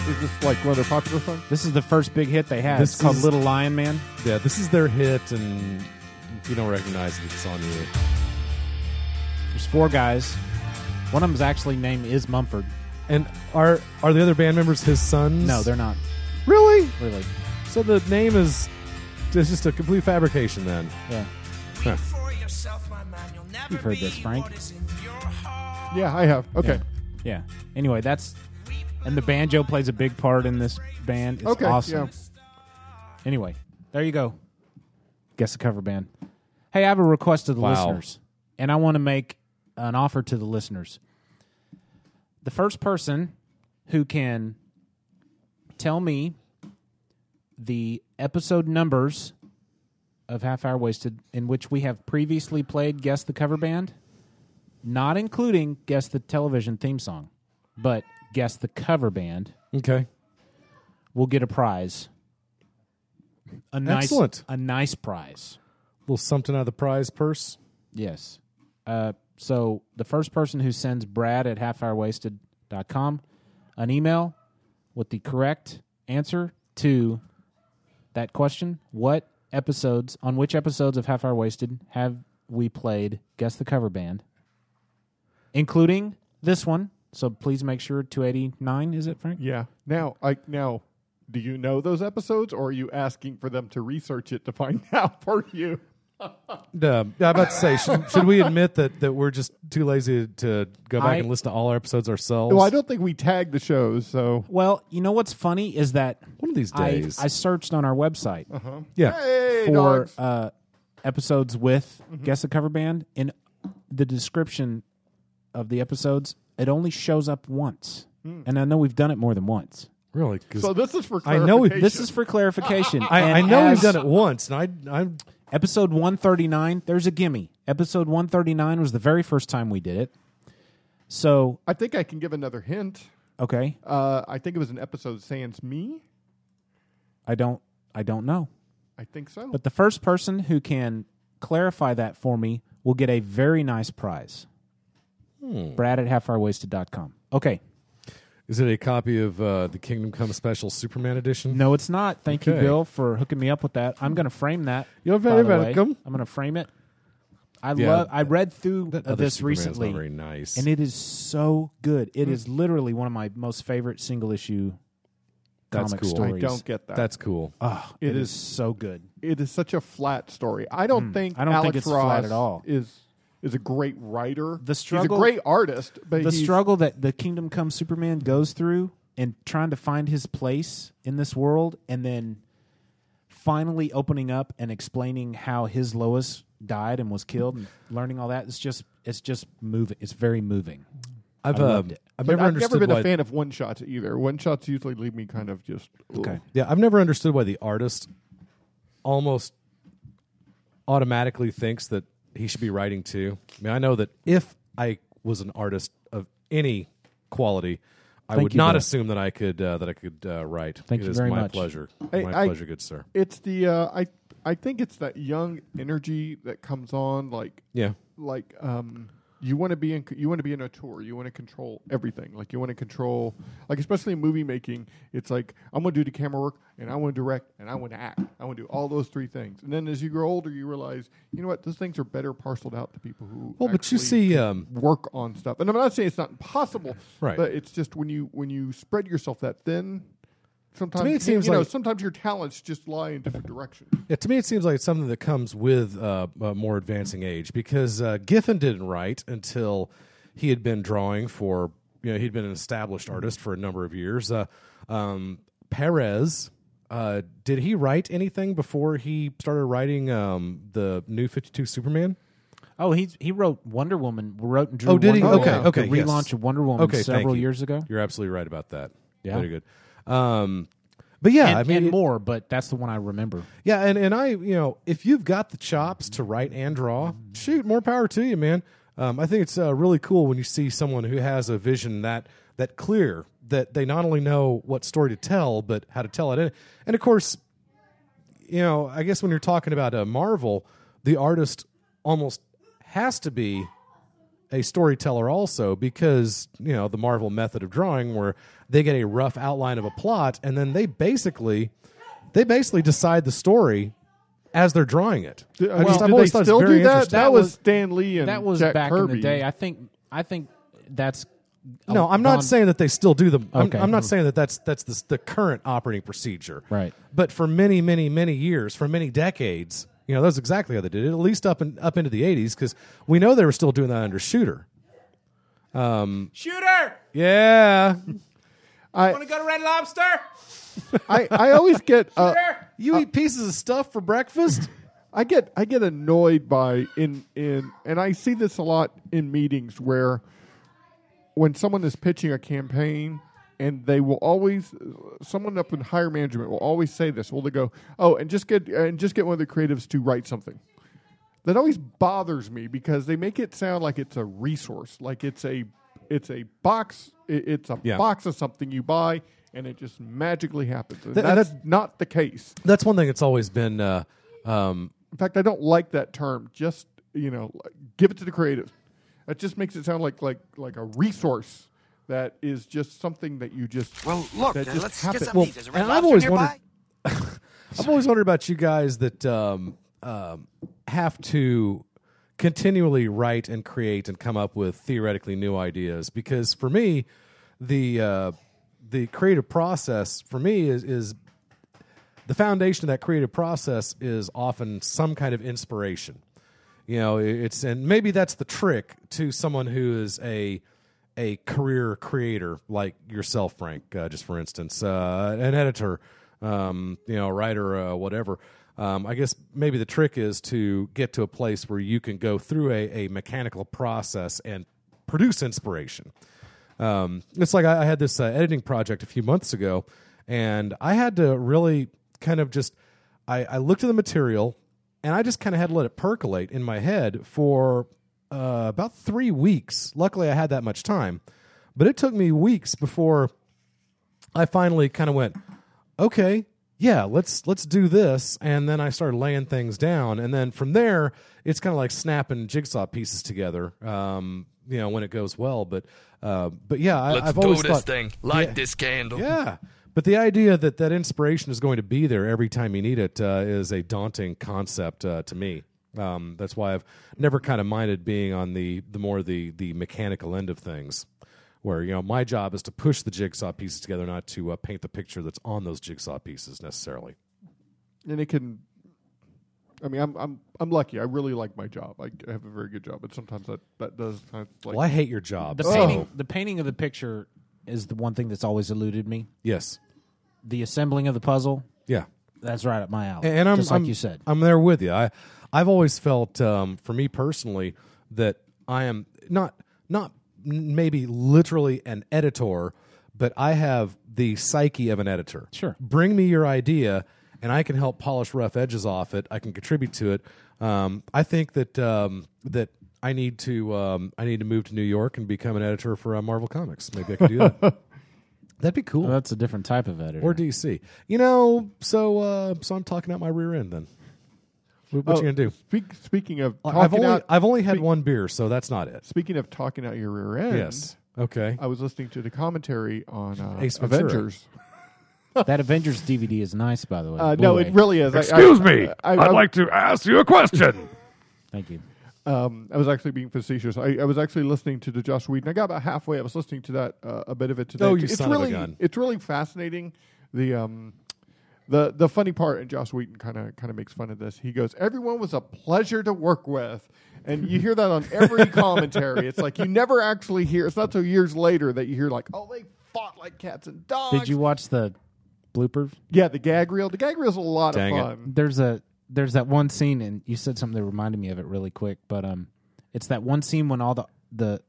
B: Is this like one of their popular songs?
Q: This is the first big hit they had.
H: This
Q: it's called
H: is-
Q: Little Lion Man.
H: yeah, this is their hit, and if you don't recognize it, it's on you.
Q: There's four guys. One of them's actually named is Mumford.
H: And are are the other band members his sons?
Q: No, they're not
H: really.
Q: really.
H: So the name is it's just a complete fabrication. Then
Q: Yeah,
H: Huh.
C: For yourself, my man, you'll never
Q: You've heard
C: be
Q: this, Frank.
C: what is in your heart.
B: Yeah, I have. Okay.
Q: yeah. Anyway, that's and the banjo plays a big part in this band. It's
B: Okay,
Q: awesome.
B: yeah.
Q: Anyway, there you go. Guess the cover band. Hey, I have a request to the
H: Wow.
Q: listeners, and I want to make an offer to the listeners. The first person who can tell me the episode numbers of Half Hour Wasted in which we have previously played Guess the Cover Band, not including Guess the Television Theme Song, but Guess the Cover Band.
H: Okay.
Q: We'll get a prize. A nice,
H: Excellent.
Q: A nice prize.
H: A little something out of the prize purse.
Q: Yes. Uh, so the first person who sends Brad at halfhourwasted.com an email with the correct answer to that question, what episodes, on which episodes of Half Hour Wasted have we played Guess the Cover Band, including this one. So please make sure 289, is it, Frank?
B: Yeah. Now, I now, do you know those episodes, or are you asking for them to research it to find [LAUGHS] out for you?
H: Uh, I'm about to say, should, should we admit that, that we're just too lazy to go back
Q: I-
H: and listen to all our episodes ourselves?
B: Well, I don't think we tag the shows, so
Q: Well, you know what's funny is that
H: one of these
Q: I-
H: days.
Q: I, searched on our website.
B: Uh-huh.
H: Yeah.
B: Hey,
Q: for
B: dogs.
Q: uh, episodes with
H: Mm-hmm.
Q: guess the cover band in the description of the episodes it only shows up once
B: Hmm.
Q: and i know we've done it more than once
H: really 'Cause
B: so this is for
H: I know we-
B: clarification.
Q: this is for clarification
H: [LAUGHS] I,
Q: And
H: I know
Q: as
H: we've done it once, and I, I'm
Q: episode 139 there's a gimme episode 139 was the very first time we did it so
B: I think I can give another hint.
Q: okay
B: Uh, I think it was an episode sans me.
Q: i don't i don't know
B: I think so.
Q: but the first person who can clarify that for me will get a very nice prize brad at halfhourwasted.com okay
H: Is it a copy of uh, the Kingdom Come Special Superman Edition?
Q: No, it's not. Thank you,
H: Okay.
Q: Bill, for hooking me up with that. I'm going to frame that.
H: You're very
Q: by the way.
H: welcome.
Q: I'm going to frame it. I
H: Yeah,
Q: love. I read through uh,
H: other
Q: this
H: Superman's not
Q: recently.
H: very nice.
Q: and it is so good. It
H: Hmm.
Q: is literally one of my most favorite single issue
H: That's
Q: comic
H: cool.
Q: stories.
B: I don't get that.
H: That's cool.
Q: Ah,
B: It
Q: it is,
B: is-
Q: so good.
B: it is such a flat story. I don't
Q: Mm.
B: think
Q: I don't think
B: Alex
Q: it's
B: Ross
Q: flat at all.
B: Is is a great writer.
Q: The struggle-
B: He's a great artist, but
Q: The
B: he's-
Q: struggle that the Kingdom Come Superman goes through and trying to find his place in this world, and then finally opening up and explaining how his Lois died and was killed, and
H: Mm-hmm.
Q: learning all that. It's just it's just moving. It's very moving.
H: I've
Q: I
H: um,
Q: loved it.
H: I've
B: but
H: never
B: I've never
H: understood
B: been
H: why.
B: a fan of one shots either. One shots usually leave me kind of just ugh.
Q: Okay.
H: Yeah, I've never understood why the artist almost automatically thinks that he should be writing too. I mean, I know that if I was an artist of any quality, I
Q: Thank
H: would
Q: you,
H: not
Q: Bill.
H: assume that I could uh, that I could uh, write.
Q: Thank
H: It
Q: you
H: is
Q: very
H: my
Q: much.
H: pleasure.
B: I-
H: my
B: I-
H: pleasure, good sir.
B: It's the uh, I I think it's that young energy that comes on like
H: Yeah.
B: like um you want to be in you want to be in a tour you want to control everything like you want to control like especially in movie making it's like I'm gonna do the camera work and I want to direct and I want to act I want to do all those three things and then as you grow older you realize you know what those things are better parceled out to people who
H: Well, but you
B: actually
H: see, um,
B: work on stuff and I'm not saying it's not impossible
H: Right.
B: but it's just when you when you spread yourself that thin. Sometimes
H: it
B: you-
H: seems
B: you know,
H: like-
B: sometimes your talents just lie in different directions.
H: Yeah, to me, it seems like it's something that comes with uh, a more advancing age because uh, Giffen didn't write until he had been drawing for, you know, he'd been an established artist for a number of years. Uh, um, Perez, uh, did he write anything before he started writing um, the new 52 Superman?
Q: Oh, he he wrote Wonder Woman. Wrote and drew.
H: oh, did he?
Q: Wonder
H: Okay,
Q: Woman,
H: okay.
Q: The
H: yes.
Q: relaunch of Wonder Woman
H: Okay, thank
Q: several
H: you.
Q: years ago.
H: You're absolutely right about that.
Q: Yeah.
H: Very good. Um, but yeah,
Q: and,
H: I mean,
Q: and
H: it-
Q: more, but that's the one I remember.
H: Yeah, and, and I, you know, if you've got the chops to write and draw, shoot, more power to you, man. Um, I think it's uh, really cool when you see someone who has a vision that that clear that they not only know what story to tell, but how to tell it. And, and of course, you know, I guess when you're talking about uh, Marvel, the artist almost has to be a storyteller also because you know the Marvel method of drawing where they get a rough outline of a plot and then they basically they basically decide the story as they're drawing it.
B: Did, I
H: I
B: mean,
H: just-
B: did
H: I've
B: they
H: always thought it's
B: still
H: very
B: do that?
H: interesting.
B: That was Stan Lee and
Q: That was
B: Jack
Q: back
B: Kirby.
Q: in the day. I think I think that's
H: no, I'm not
Q: gone-
H: saying that they still do them. I'm,
Q: Okay.
H: I'm not saying that that's that's the, the current operating procedure.
Q: Right.
H: But for many, many, many years, for many decades, you know, that's exactly how they did it. At least up and up into the '80s, because we know they were still doing that under Shooter. Um,
Q: Shooter,
H: yeah,
B: I,
Q: to go to Red Lobster?
B: I, I always get uh,
H: you eat pieces of stuff for breakfast.
B: I get I get annoyed by in in and I see this a lot in meetings where when someone is pitching a campaign and they will always someone up in higher management will always say this. Well, they go, "Oh, and just get and just get one of the creatives to write something." That always bothers me because they make it sound like it's a resource, like it's a it's a box it- it's a
H: Yeah.
B: box of something you buy and it just magically happens. And
H: Th- and
B: that's not the case.
H: That's one thing that's always been. Uh, um,
B: In fact, I don't like that term. Just you know, like, give it to the creative. That just makes it sound like like like a resource that is just something that you just well
C: look,
B: That
C: uh,
B: just
C: let's get
B: happened.
C: some
H: well,
C: meat. There's a Red
H: and I've
C: Lobster
H: always
C: nearby?
H: wondered. [LAUGHS] I've always wondered about you guys that um, um, have to continually write and create and come up with theoretically new ideas. Because for me, the uh, the creative process for me is is the foundation of that creative process is often some kind of inspiration. You know, i- it's and maybe that's the trick to someone who is a a career creator like yourself, Frank, uh, just for instance, uh, an editor, um, you know, writer, uh, whatever. Um, I guess maybe the trick is to get to a place where you can go through a, a mechanical process and produce inspiration. Um, it's like I, I had this uh, editing project a few months ago, and I had to really kind of just I, I looked at the material, and I just kind of had to let it percolate in my head for uh, about three weeks. Luckily, I had that much time, but it took me weeks before I finally kind of went, okay, yeah, let's let's do this, and then I started laying things down, and then from there, it's kind of like snapping jigsaw pieces together. Um, you know, when it goes well, but uh, but yeah, I,
R: Let's
H: I've
R: do
H: always
R: this
H: thought,
R: thing. Light
H: Yeah.
R: this candle.
H: Yeah. But the idea that that inspiration is going to be there every time you need it uh, is a daunting concept uh, to me. Um, that's why I've never kind of minded being on the the more the the mechanical end of things, where you know my job is to push the jigsaw pieces together, not to uh, paint the picture that's on those jigsaw pieces necessarily.
B: and it can. I mean, I'm I'm I'm lucky. I really like my job. I I have a very good job, but sometimes that that does. Kind of like,
H: Well, I hate your job.
Q: The
H: so-
Q: painting, the painting of the picture is the one thing that's always eluded me.
H: Yes.
Q: The assembling of the puzzle.
H: Yeah.
Q: That's right up my alley.
H: And I'm
Q: just like
H: I'm-
Q: you said.
H: I'm there with you. I I've always felt, um, for me personally, that I am not not n- maybe literally an editor, but I have the psyche of an editor. Sure, bring me your idea, and I can help polish rough edges off it. I can contribute to it. Um, I think that um, that. I need to um, I need to move to New York and become an editor for uh, Marvel Comics. Maybe I could do
Q: [LAUGHS]
H: that. That'd be cool.
Q: that's a different type of editor.
H: or DC. You know, so uh, so I'm talking out my rear end then. What, what
B: Oh,
H: you gonna do?
B: Speak, speaking of,
H: I- I've
B: talking
H: only
B: out-
H: I've only had
B: speak-
H: one beer, so that's not it.
B: Speaking of talking out your rear end,
H: Yes. Okay.
B: I was listening to the commentary on uh,
H: Ace Ventura.
B: Avengers.
Q: that Avengers DVD is nice, by the way.
B: Uh, no, it
Q: Blu-ray.
B: really is. I- I-
S: Excuse me.
B: I-
S: I'd
B: I-
S: like to ask you a question.
Q: Thank you.
B: Um, I was actually being facetious. I, I was actually listening to the Josh Whedon. I got about halfway. I was listening to that uh, a bit of it today.
H: Oh, you
B: it's
H: son of a
B: really,
H: gun.
B: It's really fascinating. The um, the the funny part, and Josh Whedon kind of kind of makes fun of this. He goes, "Everyone was a pleasure to work with," and you hear that on every commentary. It's like you never actually hear. It's not till years later that you hear like, "Oh, they fought like cats and dogs."
Q: Did you watch the bloopers?
B: Yeah, the gag reel. The gag reel's a lot
Q: Dang
B: of
Q: it.
B: fun.
Q: There's a there's that one scene, and you said something that reminded me of it really quick. But um, it's that one scene when all the the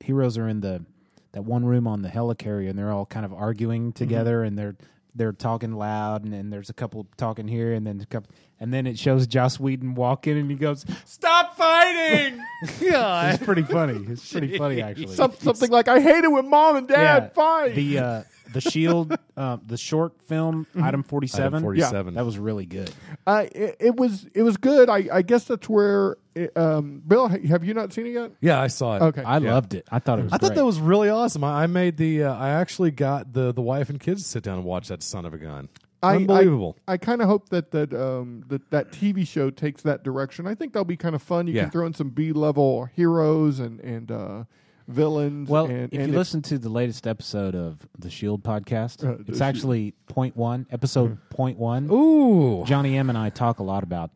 Q: heroes are in the that one room on the helicarrier, and they're all kind of arguing together, and they're they're talking loud, and then there's a couple talking here, and then a couple, and then it shows Joss Whedon walking, and he goes, "Stop [LAUGHS] fighting!"
B: Yeah,
Q: it's pretty funny. It's pretty funny actually.
B: Some, something like, "I hate it when mom and dad
Q: Yeah,
B: fight."
Q: The uh, the Shield, uh, the short film, Mm-hmm. item forty seven.
H: 47.
Q: that was really good.
B: Uh, it, it was it was good. I, I guess that's where it, um, Bill. ha- Have you not seen it yet?
H: [LAUGHS] Yeah, I saw it. [LAUGHS]
B: Okay.
Q: I
H: Yeah.
Q: loved it. I thought it was.
H: I thought
Q: great.
H: that was really awesome. I, I made the uh, I actually got the the wife and kids to sit down and watch that son of a gun.
B: I,
H: Unbelievable.
B: I, I kind of hope that that, um, that that TV show takes that direction. I think that'll be kind of fun. You
H: Yeah.
B: can throw in some B level heroes and and uh, villains.
Q: Well,
B: and,
Q: if
B: and
Q: you listen to the latest episode of the Shield podcast,
B: Uh,
Q: it's
B: the
Q: actually point one, episode point one.
H: Mm. Ooh,
Q: Johnny M and I talk a lot about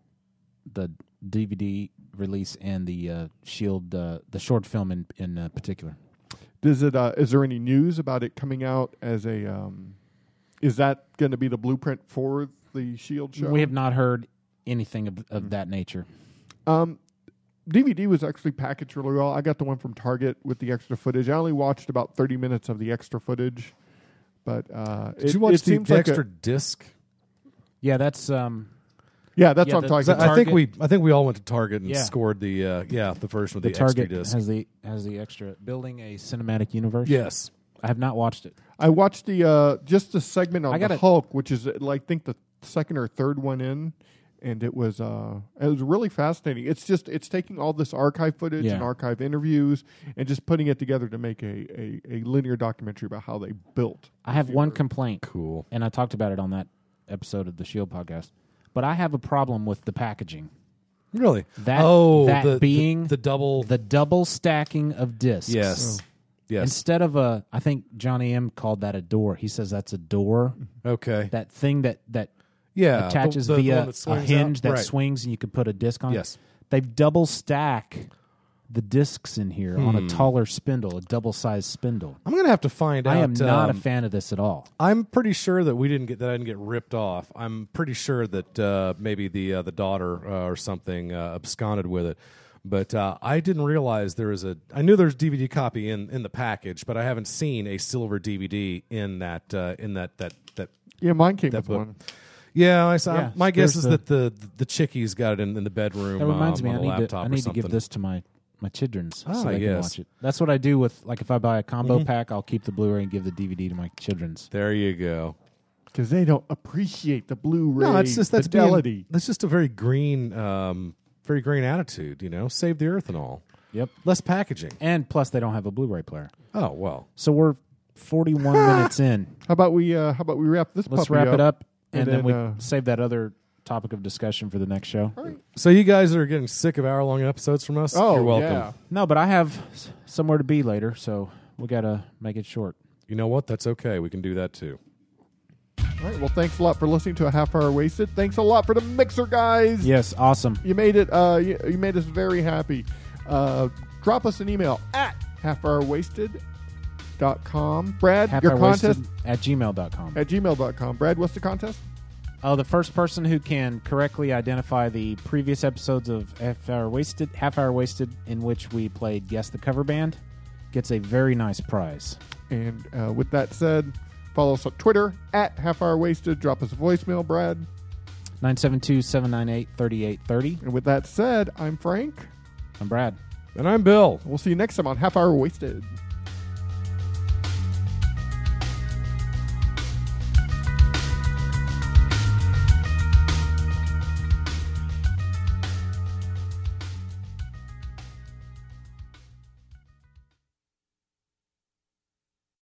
Q: the DVD release and the uh, Shield, uh, the short film in in uh, particular.
B: does it? Uh, is there any news about it coming out as a? Um, is that going to be the blueprint for the Shield show?
Q: We have not heard anything of,
H: Mm.
Q: of that nature.
B: Um, DVD was actually packaged really well. I got the one from Target with the extra footage. I only watched about thirty minutes of the extra footage, but uh,
H: Did
B: it,
H: you watch
B: it
H: the
B: seems like
H: extra
B: a-
H: disc?
Q: Yeah, that's um,
B: yeah, that's what I'm talking. about.
H: I think we I think we all went to Target and
Q: Yeah.
H: scored the uh, yeah the version with
Q: the,
H: the,
Q: target
H: extra disc.
Q: has the has the extra building a cinematic universe.
H: Yes.
Q: I have not watched it.
B: I watched the uh, just the segment on
Q: I
B: the
Q: gotta-
B: Hulk, which is uh, like, I think the second or third one in, and it was uh, it was really fascinating. It's just it's taking all this archive footage and
Q: Yeah.
B: archive interviews and just putting it together to make a, a, a linear documentary about how they built.
Q: I have one complaint. Cool. And I talked about it on that episode of the Shield podcast. But I have a problem with the packaging.
H: Really?
Q: That
H: Oh,
Q: that
H: the- the-
Q: being
H: the double
Q: the double stacking of discs.
H: Yes. Oh. Yes.
Q: Instead of a I think Johnny M called that a door. He says that's a door.
H: Okay.
Q: That thing that that
H: Yeah, the-
Q: attaches
H: the- the one
Q: via
H: that
Q: a
H: swings
Q: hinge
H: out.
Q: that
H: Right.
Q: swings and you can put a disc on
H: Yes.
Q: it. They've double stack the discs in here on
H: Hmm.
Q: a taller spindle, a double sized spindle.
H: I'm gonna have to find out.
Q: I am not
H: um,
Q: a fan of this at all.
H: I'm pretty sure that we didn't get that I didn't get ripped off. I'm pretty sure that uh, maybe the uh, the daughter uh, or something uh, absconded with it. But uh, I didn't realize there is a. I knew there's DVD copy in, in the package, but I haven't seen a silver DVD in that uh, in that that that.
B: Yeah, mine came
H: that
B: with
H: book.
B: one.
H: Yeah, I saw,
Q: Yeah,
H: my guess
Q: there's
H: is
Q: the-
H: that the the chickies got it in, in the bedroom.
Q: That reminds
H: um,
Q: me,
H: on
Q: I
H: a
Q: need to,
H: laptop
Q: I
H: or
Q: need to
H: something.
Q: give this to my my childrens
H: Ah,
Q: so they can
H: yes.
Q: watch it. That's what I do with like if I buy a combo
H: Mhm.
Q: pack, I'll keep the Blu-ray and give the DVD to my childrens.
H: There you go.
B: because they don't appreciate the Blu-ray
H: No, it's just that's being-
B: fidelity.
H: that's just a very green, um, very green attitude. You know, save the earth and all.
Q: Yep.
H: Less packaging.
Q: And plus, they don't have a Blu-ray player.
H: Oh well.
Q: So we're 41 minutes in.
B: How about we uh, how about we wrap this?
Q: Let's
B: puppy
Q: wrap it up,
B: and,
Q: and, then, we
B: uh,
Q: save that other topic of discussion for the next show.
H: So you guys are getting sick of hour long episodes from us.
B: Oh,
H: You're welcome.
Q: No, but I have s- somewhere to be later, so we gotta make it short.
H: You know what? That's okay. We can do that too.
B: all right. Well, thanks a lot for listening to a half hour wasted. Thanks a lot for the mixer, guys.
Q: Yes, awesome.
B: You made it. Uh, you, you made us very happy. Uh, drop us an email at halfhourwasted.com. Brad, your contest
Q: Halfhourwasted at gmail.com.
B: at gmail.com. Brad, what's the contest?
Q: Oh, the first person who can correctly identify the previous episodes of Half Hour Wasted, Half Hour Wasted, in which we played Guess the Cover Band, gets a very nice prize.
B: And uh, with that said, follow us on Twitter at halfhourwasted. Drop us a voicemail, Brad.
Q: 972 798 3830.
B: And with that said, I'm Frank.
Q: I'm Brad.
H: And I'm Bill.
B: We'll see you next time on Half Hour Wasted.